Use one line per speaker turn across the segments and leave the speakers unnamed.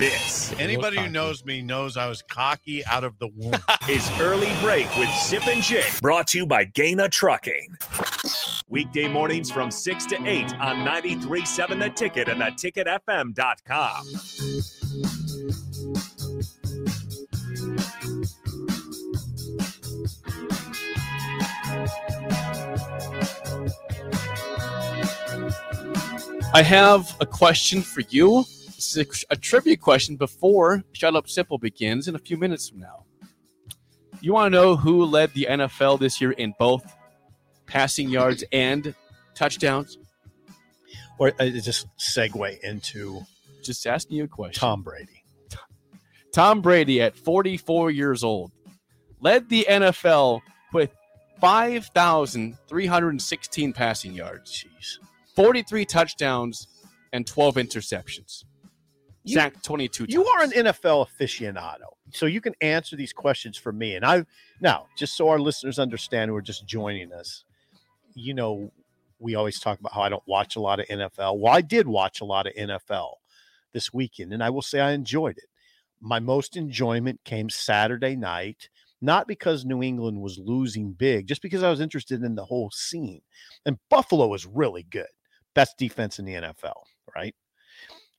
this. Anybody who
cocky.
knows me knows I was cocky out of the womb.
is Early Break with Sip and Jake,
Brought to you by Gaina Trucking.
weekday mornings from 6 to 8 on 93.7 The Ticket and theticketfm.com.
I have a question for you. This is a, a trivia question before Shut Up Simple begins in a few minutes from now. You want to know who led the NFL this year in both passing yards and touchdowns?
or uh, just segue into
Just asking you a question.
Tom Brady.
Tom Brady at 44 years old led the NFL with 5,316 passing yards,
Jeez.
43 touchdowns, and 12 interceptions.
You-
Sacked 22
You
times.
are an NFL aficionado, so you can answer these questions for me. And I now, just so our listeners understand who are just joining us, you know, we always talk about how I don't watch a lot of NFL. Well, I did watch a lot of NFL this weekend, and I will say I enjoyed it. My most enjoyment came Saturday night, not because New England was losing big, just because I was interested in the whole scene. And Buffalo was really good, best defense in the NFL, right?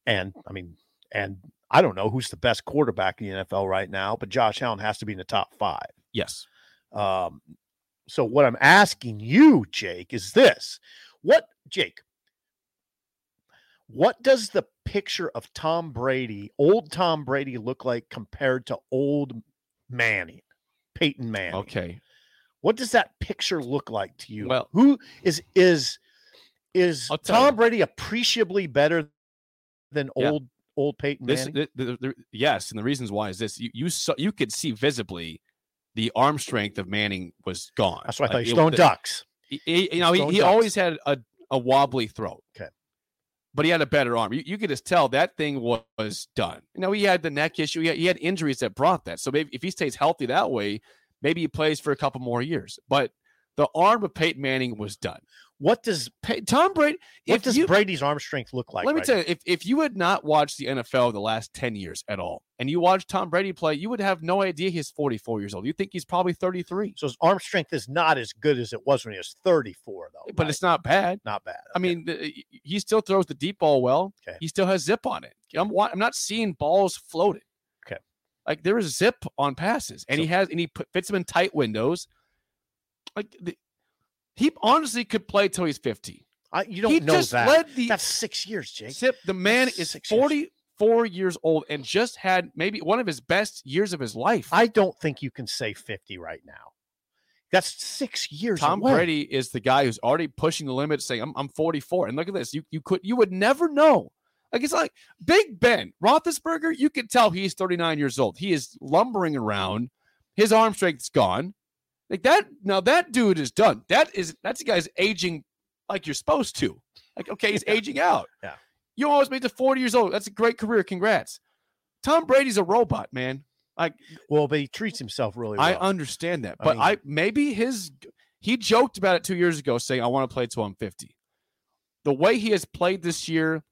And I mean, and I don't know who's the best quarterback in the NFL right now, but Josh Allen has to be in the top five.
Yes.
Um, so what I'm asking you, Jake, is this: What, Jake? What does the picture of Tom Brady, old Tom Brady, look like compared to old Manning, Peyton Manning?
Okay.
What does that picture look like to you?
Well-
who is is is
I'll tell
Tom
you.
Brady appreciably better than
Yeah.
old old Peyton
This,
Manning?
th- th- th- yes, and the reasons why is this: you you saw, you could see visibly the arm strength of Manning was gone.
That's what I
Like,
thought. You
it-
stone
the-
ducks.
he- he- you know, he,
Stone
he
ducks.
always had a, a wobbly throat.
Okay.
But he had a better arm. You, you could just tell that thing was, was done. You know, he had the neck issue. He had, he had injuries that brought that. So maybe if he stays healthy that way, maybe he plays for a couple more years. But the arm of Peyton Manning was done.
What does
Pey- Tom Brady.
what
if
does
you-
Brady's arm strength look like?
Let me
right
tell you, if, if you had not watched the NFL the last 10 years at all, and you watched Tom Brady play, you would have no idea he's 44 years old. You think he's probably 33,
So his arm strength is not as good as it was when he was 34, though.
but
right?
it's not bad.
not bad.
I mean, the, he still throws the deep ball well.
Okay.
He still has zip on it. I'm, wa- I'm not seeing balls floated.
Okay.
Like there is zip on passes, and he has, and he put, fits them in tight windows. Like the, he honestly could play till he's 50.
I, you don't
he
know
just
that.
led the
That's six years, Jake.
Sip, the man is
six years.
44 years old and just had maybe one of his best years of his life.
I don't think you can say 50 right now. That's six years.
Tom
away.
Brady is the guy who's already pushing the limits, saying, I'm, I'm 44. And look at this. You you could you would never know. Like it's like Big Ben, Roethlisberger, you can tell he's 39 years old. He is lumbering around. His arm strength's gone. Like that now that dude is done. That is that's the guy's aging like you're supposed to. Like, okay, he's aging out.
Yeah.
You always made to 40 years old. That's a great career. Congrats. Tom Brady's a robot, man.
Well, but he treats himself really well.
I understand that,
I
but
mean-
I, maybe his he joked about it two years ago, saying I want to play till I'm 50. The way he has played this year,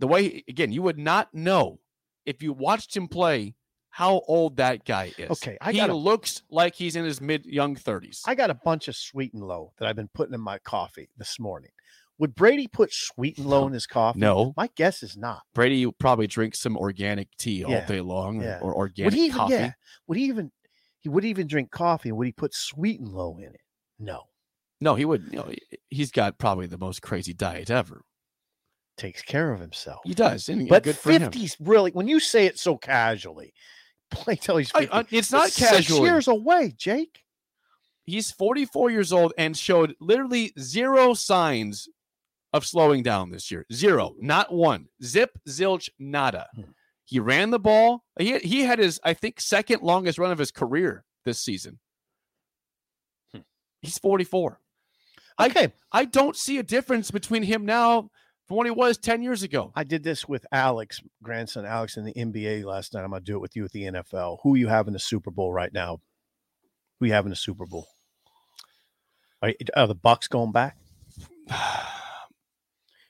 the way again, you would not know if you watched him play how old that guy is.
Okay, I
he
gotta-
looks like he's in his mid young 30s.
I got a bunch of sweet and low that I've been putting in my coffee this morning. Would Brady put sweet and low in his coffee?
no,
My guess is not.
Brady probably drinks some organic tea all
Yeah,
day long
yeah.
or
would
organic
he even?
coffee.
Yeah. Would he even? He would even drink coffee. Would he put sweet and low in it? No.
No, he would. You know, he's got probably the most crazy diet ever.
Takes care of himself.
He does, and
But
good for him.
50's really when you say it so casually, play till he's 50.
I- I- it's
that's
not casual.
Six years away, Jake.
he's 44 years old and showed literally zero signs of slowing down this year. Zero, not one. Zip, zilch, nada.
Hmm.
He ran the ball. He had, he had his, I think, second longest run of his career this season.
Hmm.
He's 44. I-
Okay,
I don't see a difference between him now from what he was 10 years ago.
I did this with Alex, grandson Alex, in the NBA last night. I'm gonna do it with you at the NFL. Who you have in the Super Bowl right now? Who you have in the Super Bowl? Are, are the Bucks going back?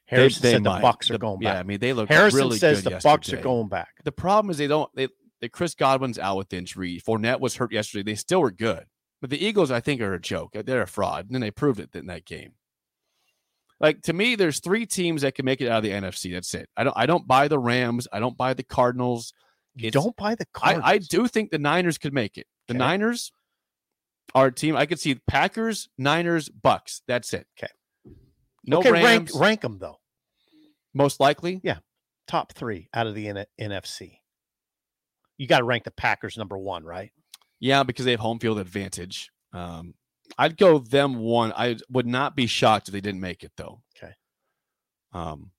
Harrison said the
might.
Bucks are going
Yeah, I
back.
mean they look.
Harrison
really
says the
good
Bucks are
yesterday.
going back.
The problem is they don't. They, they Chris Godwin's out with injury. Fournette was hurt yesterday. They still were good, but the Eagles I think are a joke. They're a fraud, and then they proved it in that game. Like to me, there's three teams that can make it out of the NFC. That's it. I don't. I don't buy the Rams. I don't buy the Cardinals.
You
It's-
don't buy the
I,
Cardinals.
I do think the Niners could make it. The
Okay.
Niners are a team. I could see Packers, Niners, Bucks. That's it.
Okay.
No
okay, rank
Rams,
rank them though.
most likely.
Top three out of the N- NFC. You got to rank the Packers number one, right?
Yeah, because they have home field advantage. Um, I'd go them one. I would not be shocked if they didn't make it though.
Okay.
Um,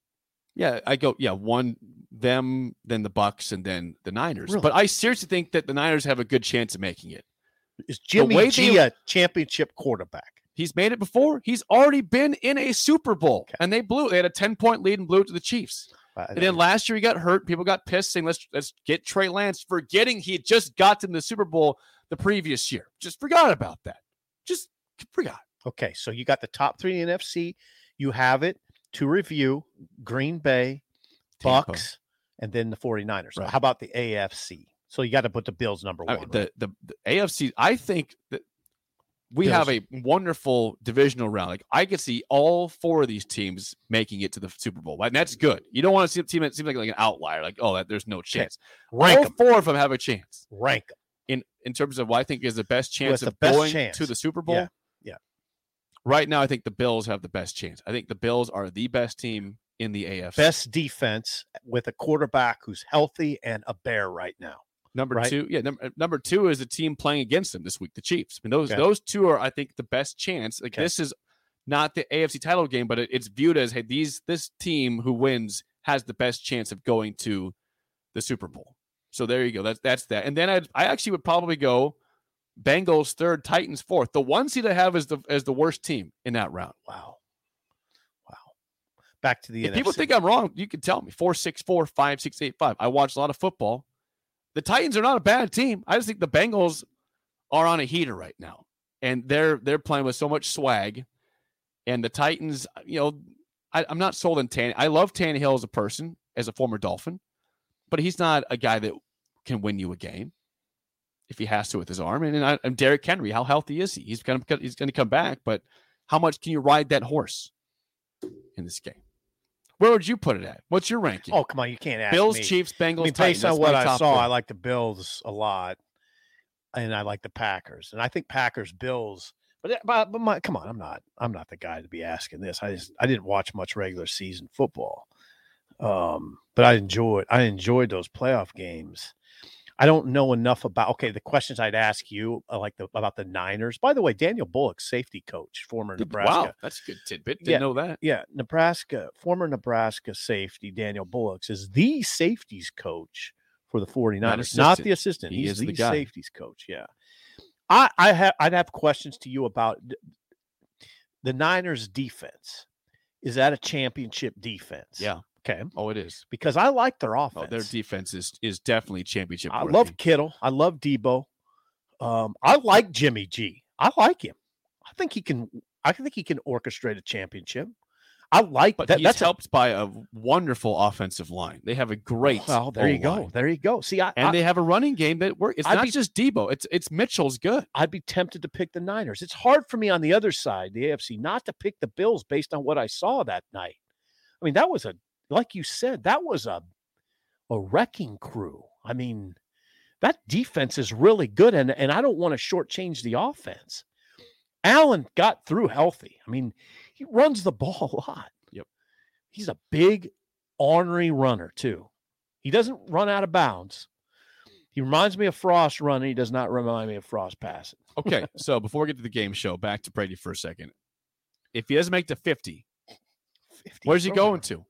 yeah, I go yeah one them, then the Bucks, and then the Niners.
Really?
But I seriously think that the Niners have a good chance of making it.
Is Jimmy
way
G
they-
a championship quarterback?
He's made it before. He's already been in a Super Bowl,
Okay.
and they blew. They had a ten point lead and blew it to the Chiefs.
Uh,
And then last year he got hurt. People got pissed saying, "Let's let's get Trey Lance," forgetting he had just gotten the Super Bowl the previous year. Just forgot about that. Just forgot.
Okay, so you got the top three in the NFC. You have it to review Green Bay,
Tampa.
Bucks, and then the 49ers.
Right.
How about the AFC? So you got to put the Bills number
I
one.
mean,
right?
the, the the AFC. I think that we
Bills.
have a wonderful divisional round. Like I could see all four of these teams making it to the Super Bowl, and that's good. You don't want to see a team that seems like, like an outlier. Like oh, that, there's no chance.
rank
all
them.
four of them have a chance.
Rank them.
in in terms of what I think is the best chance
the
of
best
going
chance.
to the Super Bowl.
yeah.
Right now, I think the Bills have the best chance. I think the Bills are the best team in the AFC.
Best defense with a quarterback who's healthy and a bear right now.
number
right?
two, yeah. Number, number two is the team playing against them this week, the Chiefs. And those
Okay.
those two are, I think, the best chance. Like
Okay.
this is not the AFC title game, but it, it's viewed as hey, these this team who wins has the best chance of going to the Super Bowl. So there you go. That's that's that. And then I I actually would probably go Bengals third, Titans fourth. The one seed I have is the as the worst team in that round.
Wow. Wow. Back to the
If people
NFC.
think I'm wrong, you can tell me. Four six four five six eight five. I watch a lot of football. The Titans are not a bad team. I just think the Bengals are on a heater right now, and they're they're playing with so much swag. And the Titans, you know, I, I'm not sold on Tan. I love Tannehill as a person, as a former Dolphin, but he's not a guy that can win you a game if he has to with his arm. And, and, I, and Derrick Henry, how healthy is he? He's gonna he's gonna come back, but how much can you ride that horse in this game? Where would you put it at? What's your ranking?
oh, come on. You can't ask
Bills,
me.
Chiefs, Bengals.
I mean,
Titans.
based on
That's
what
my
I
top
saw,
four.
I like the Bills a lot, and I like the Packers, and I think Packers Bills. But it- but, but my, come on, I'm not I'm not the guy to be asking this. I just I didn't watch much regular season football, um, but I enjoyed I enjoyed those playoff games. I don't know enough about okay the questions I'd ask you uh, like the, about the Niners. By the way, Daniel Bullock, safety coach, former
Did-
Nebraska
Wow, that's a good tidbit. Didn't
Yeah.
know that.
yeah, Nebraska, former Nebraska safety Daniel Bullocks is the safeties coach for the 49ers, not, the
assistant.
assistant.
He
He's
is
the,
the guy.
safeties coach. Yeah. I, I have I'd have questions to you about d- the Niners defense. Is that a championship defense?
Yeah.
Okay.
Oh, it is.
Because I like their
Oh,
offense.
their defense is is definitely championship.
I
worthy.
love Kittle. I love Debo. Um, I like Jimmy G. I like him. I think he can I think he can orchestrate a championship. I like
but
that.
he's
That's a
helped by a wonderful offensive line. They have a great.
Well, there you go.
O-line.
There you go. See, I,
Oh, And
I,
they have a running game that works. It's
I'd
not
be-
just Debo. It's it's Mitchell's good.
I'd be tempted to pick the Niners. It's hard for me on the other side, the AFC, not to pick the Bills based on what I saw that night. I mean, that was a like you said, that was a a wrecking crew. I mean, that defense is really good, and and I don't want to shortchange the offense. Allen got through healthy. I mean, he runs the ball a lot.
Yep.
He's a big, ornery runner too. He doesn't run out of bounds. He reminds me of Frost running. He does not remind me of Frost passing.
Okay, so before we get to the game show, back to Brady for a second. If he doesn't make the fifty,
50
where's he
somewhere.
going to?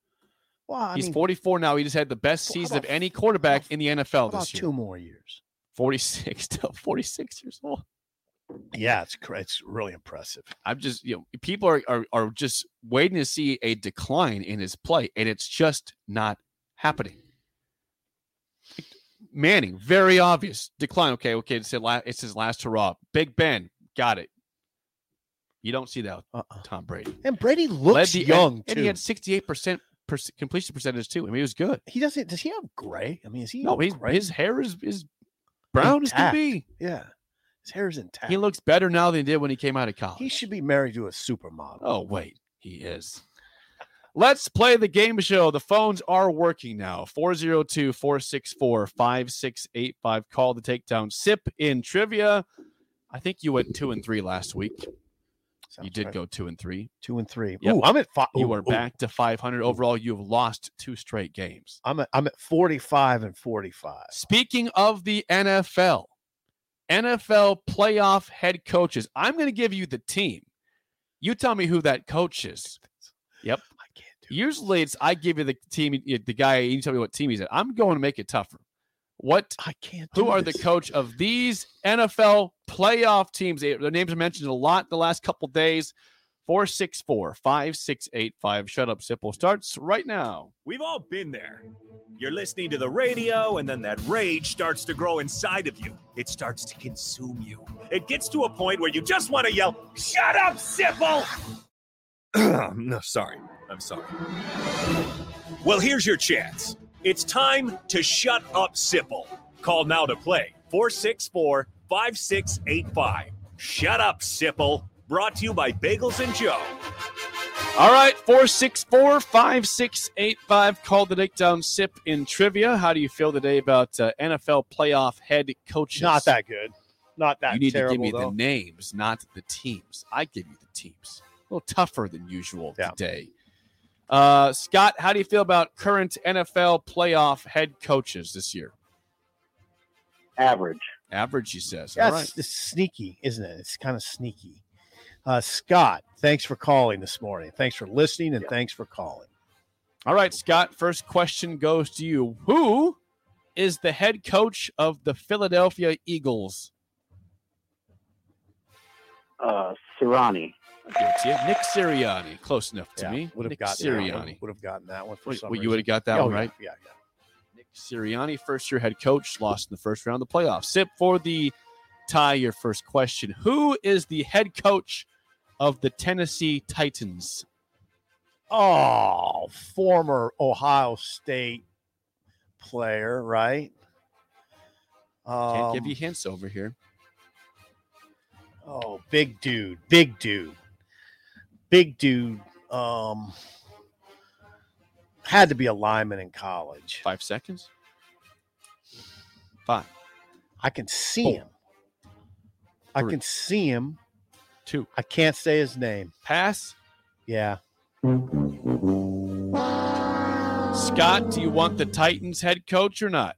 Well, I
He's
mean,
44 now. He just had the best
Well, how
season of
about-
any
how
quarterback
about-
in the
how
NFL
about
this year.
two more years.
46 to 46 years old.
Yeah, it's cra- it's really impressive.
I'm just, you know, people are, are are just waiting to see a decline in his play, and it's just not happening. Manning, very obvious decline. Okay, okay, it's his last, it's his last hurrah. Big Ben, got it. You don't see that with
Uh-uh.
Tom Brady.
And Brady looks
the- and-
young
And
too.
he
He,
had 68% per- completion percentage too. I mean, he was good.
doesn't. Does he have gray? I mean, is he?
No, he's,
gray?
his hair is, is brown as
Intact.
can be.
yeah. His hair is intact.
He
He,
looks better now than he did when he came out of college.
should be married to a supermodel.
Oh, wait, he is. Let's play the game show. The phones are working now. 402 464 5685. Call the takedown. Sip in trivia. I think you went two and three last week.
Sounds
you did
right.
go two and three.
two and three.
Yep.
Ooh, I'm at five.
You are back to 500 overall. You've lost two straight games.
I'm at, I'm at 45 and 45.
Speaking of the NFL, NFL playoff head coaches, I'm going to give you the team. You tell me who that coach is.
I can't do.
Usually, it's I give you the team, you- the guy, you tell me what team he's at. I'm going to make it tougher. What?
I can't.
Who
do
are
this.
the coach of these NFL playoff teams? They- Their names are mentioned a lot the last couple days. 464 5685. Shut up, Sipple starts right now.
We've all been there. You're listening to the radio, and then that rage starts to grow inside of you. It starts to consume you. It gets to a point where you just want to yell, Shut up, Sipple!
no, sorry. I'm sorry.
Well, here's your chance. It's time to shut up, Sipple. Call now to play 464 5685. Shut up, Sipple. Brought to you by Bagels and Joe.
All right, 464 5685. Call the dick down sip in trivia. How do you feel today about uh, NFL playoff head coaches?
Not that good. Not that
you need
terrible
to give me
though.
the names, not the teams. I give you the teams. A little tougher than usual
Yeah.
today. Uh, Scott, how do you feel about current NFL playoff head coaches this year?
average.
Average, he says.
That's
All right.
it's sneaky, isn't it? It's kind of sneaky. Uh, Scott, thanks for calling this morning. Thanks for listening and thanks for calling.
All right, Scott, first question goes to you. Who is the head coach of the Philadelphia Eagles?
Uh, Sirani.
Give it to you. Nick Sirianni. Close enough to me.
would have
Nick
gotten that one.
Sirianni.
Would have gotten that one for
Well,
some
well, you would
reason.
have got that
Oh,
one
yeah,
right.
Yeah, yeah.
Nick Sirianni, first year head coach, lost in the first round of the playoffs. Sip for the tie, your first question. Who is the head coach of the Tennessee Titans?
Oh, former Ohio State player, right? Um,
Can't give you hints over here.
Oh, big dude, big dude, big dude. Um, had to be a lineman in college.
Five seconds. Five,
I can see
Four.
him. I
Three.
can see him.
two,
I can't say his name.
pass.
Yeah.
Scott, do you want the Titans head coach or not?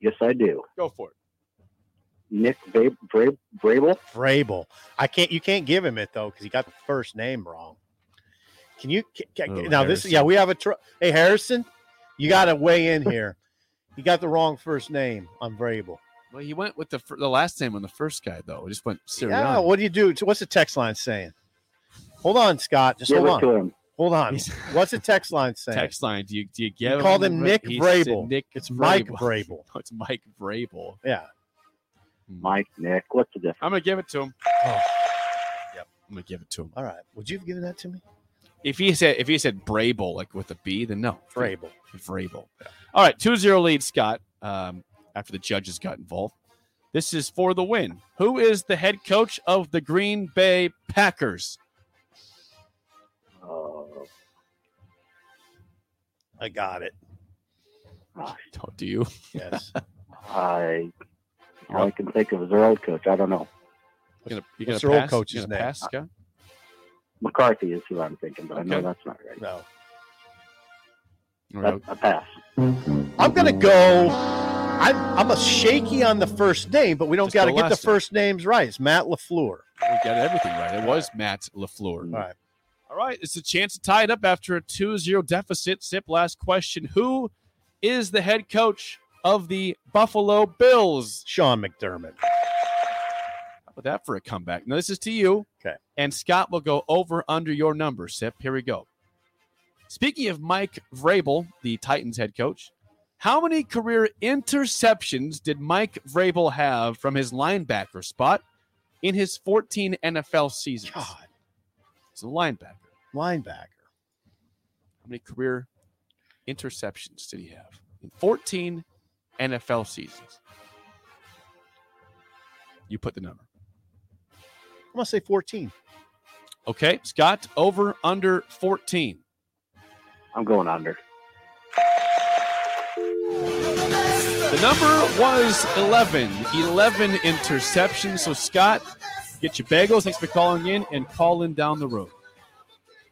Yes, I do.
Go for it.
Nick Bra- Bra- Brable.
Vrabel. I can't. You can't give him it though because he got the first name wrong. Can you? ca- ca-
Oh,
now this. Yeah, we have a. Tr- hey Harrison, you got to weigh in here. You got the wrong first name on Vrabel.
Well, he went with the fir- the last name on the first guy though. It just went Sirianni.
Yeah. What do you do? So What's the text line saying? Hold on, Scott. Just
Give
hold
it
on.
to him.
Hold on.
He's-
What's the text line saying?
text line? Do you do you
You
get
called him Nick
He said
Vrabel.
Nick.
It's Mike Vrabel.
No, it's Mike Vrabel.
Yeah.
Mike, Nick. What's the difference?
I'm gonna give it to him.
Oh,
I'm gonna give it to him.
all right. Would you have given that to me?
If he said if he said Brable like with a B, then no,
Vrabel.
Vrabel. All right, 2-0 lead, Scott. Um, after the judges got involved, this is for the win. Who is the head coach of the Green Bay Packers?
Uh,
I got it.
Don't do you?
Yes.
I all I can think of is their old coach. I don't know.
You gonna, you
What's
gonna
their old
pass?
coach's
You gonna
name?
pass, Scott?
McCarthy is who I'm thinking, but I know
Okay.
that's not right.
no.
All right,
That's a pass.
I'm gonna go. I'm I'm a shaky on the first name, but we don't
Just
got to
go
get the
last name.
first names right. It's Matt Lafleur.
we got everything right. It was Matt Lafleur.
All right.
All right, it's a chance to tie it up after a 2-0 deficit. Sip, last question. Who is the head coach of the Buffalo Bills?
Sean McDermott.
How about that for a comeback? Now, this is to you.
Okay.
And Scott will go over under your number, Sip. Here we go. Speaking of Mike Vrabel, the Titans head coach, how many career interceptions did Mike Vrabel have from his linebacker spot in his 14 NFL seasons?
God,
He's a linebacker.
linebacker.
How many career interceptions did he have in 14 NFL seasons? You put the number.
I'm gonna say 14.
Okay, Scott, over under 14.
I'm going under.
The number was 11. 11 interceptions. So, Scott, get your bagels. Thanks for calling in and calling down the road.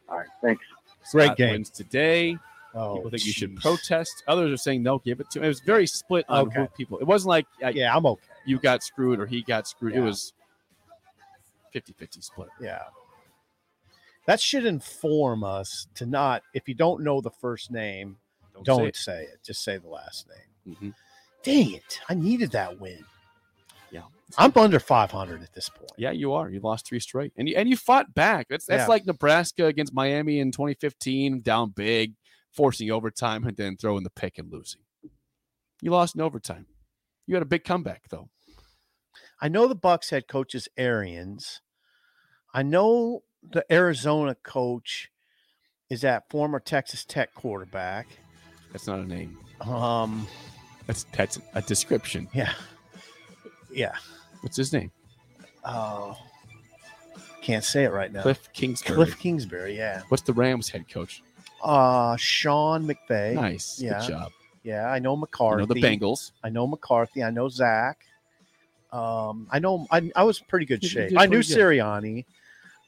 All right, thanks.
Great
Scott
game.
wins today.
Oh,
People think you should
jeez.
protest. Others are saying no, give it to him. It was very split on
Okay.
who people. It wasn't like uh,
Yeah, I'm okay.
you got screwed or he got screwed. It
Yeah.
was 50 50 split.
Yeah. That should inform us to not, if you don't know the first name,
Don't,
don't
say
say it.
it.
Just say the last name.
Mhm.
Dang it. I needed that win.
Yeah.
I'm under 500 at this point.
Yeah, you are. You lost three straight, and you and you fought back. That's that's
Yeah.
like Nebraska against Miami in 2015, down big, forcing overtime, and then throwing the pick and losing. You lost in overtime. You had a big comeback though.
I know the Bucks head coach is Arians. I know the Arizona coach is that former Texas Tech quarterback.
That's not a name.
Um,
That's that's a description.
yeah. Yeah.
What's his name?
Oh. Can't say it right now.
Cliff Kingsbury.
Cliff Kingsbury, yeah.
What's the Rams head coach?
Uh Sean McVay.
Nice.
yeah.
Good job.
Yeah, I know
You
McCarthy.
know the Bengals.
I know McCarthy. I know Zach. Um, I know I, I was in pretty good
You- you
shape.
did
I knew
pretty good.
Sirianni.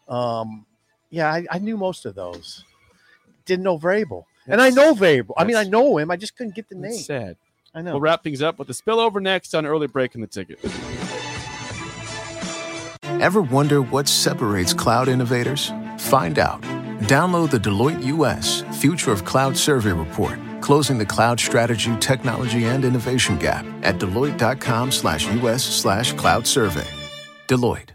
Um, yeah, I, I knew most of those. Didn't know Vrabel, and I
That's-
know Vrabel. I mean, I
that's-
know him. I just couldn't get the
That's
name.
sad.
I know.
We'll wrap things up with the spillover next on early break in the ticket.
Ever wonder what separates cloud innovators? Find out. Download the Deloitte US Future of Cloud Survey Report, closing the cloud strategy, technology, and innovation gap at deloitte.com/us/cloud survey. Deloitte.